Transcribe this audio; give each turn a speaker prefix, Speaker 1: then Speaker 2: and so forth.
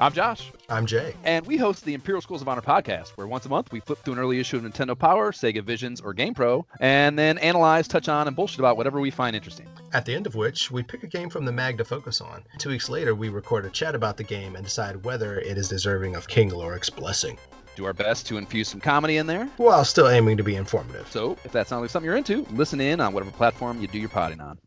Speaker 1: I'm Josh.
Speaker 2: I'm Jay.
Speaker 1: And we host the Imperial Schools of Honor podcast, where once a month we flip through an early issue of Nintendo Power, Sega Visions, or GamePro, and then analyze, touch on, and bullshit about whatever we find interesting.
Speaker 2: At the end of which, we pick a game from the mag to focus on. Two weeks later, we record a chat about the game and decide whether it is deserving of King Lorik's blessing,
Speaker 1: Do our best to infuse some comedy in there.
Speaker 2: while still aiming to be informative.
Speaker 1: So if that sounds like something you're into, listen in on whatever platform you do your potting on.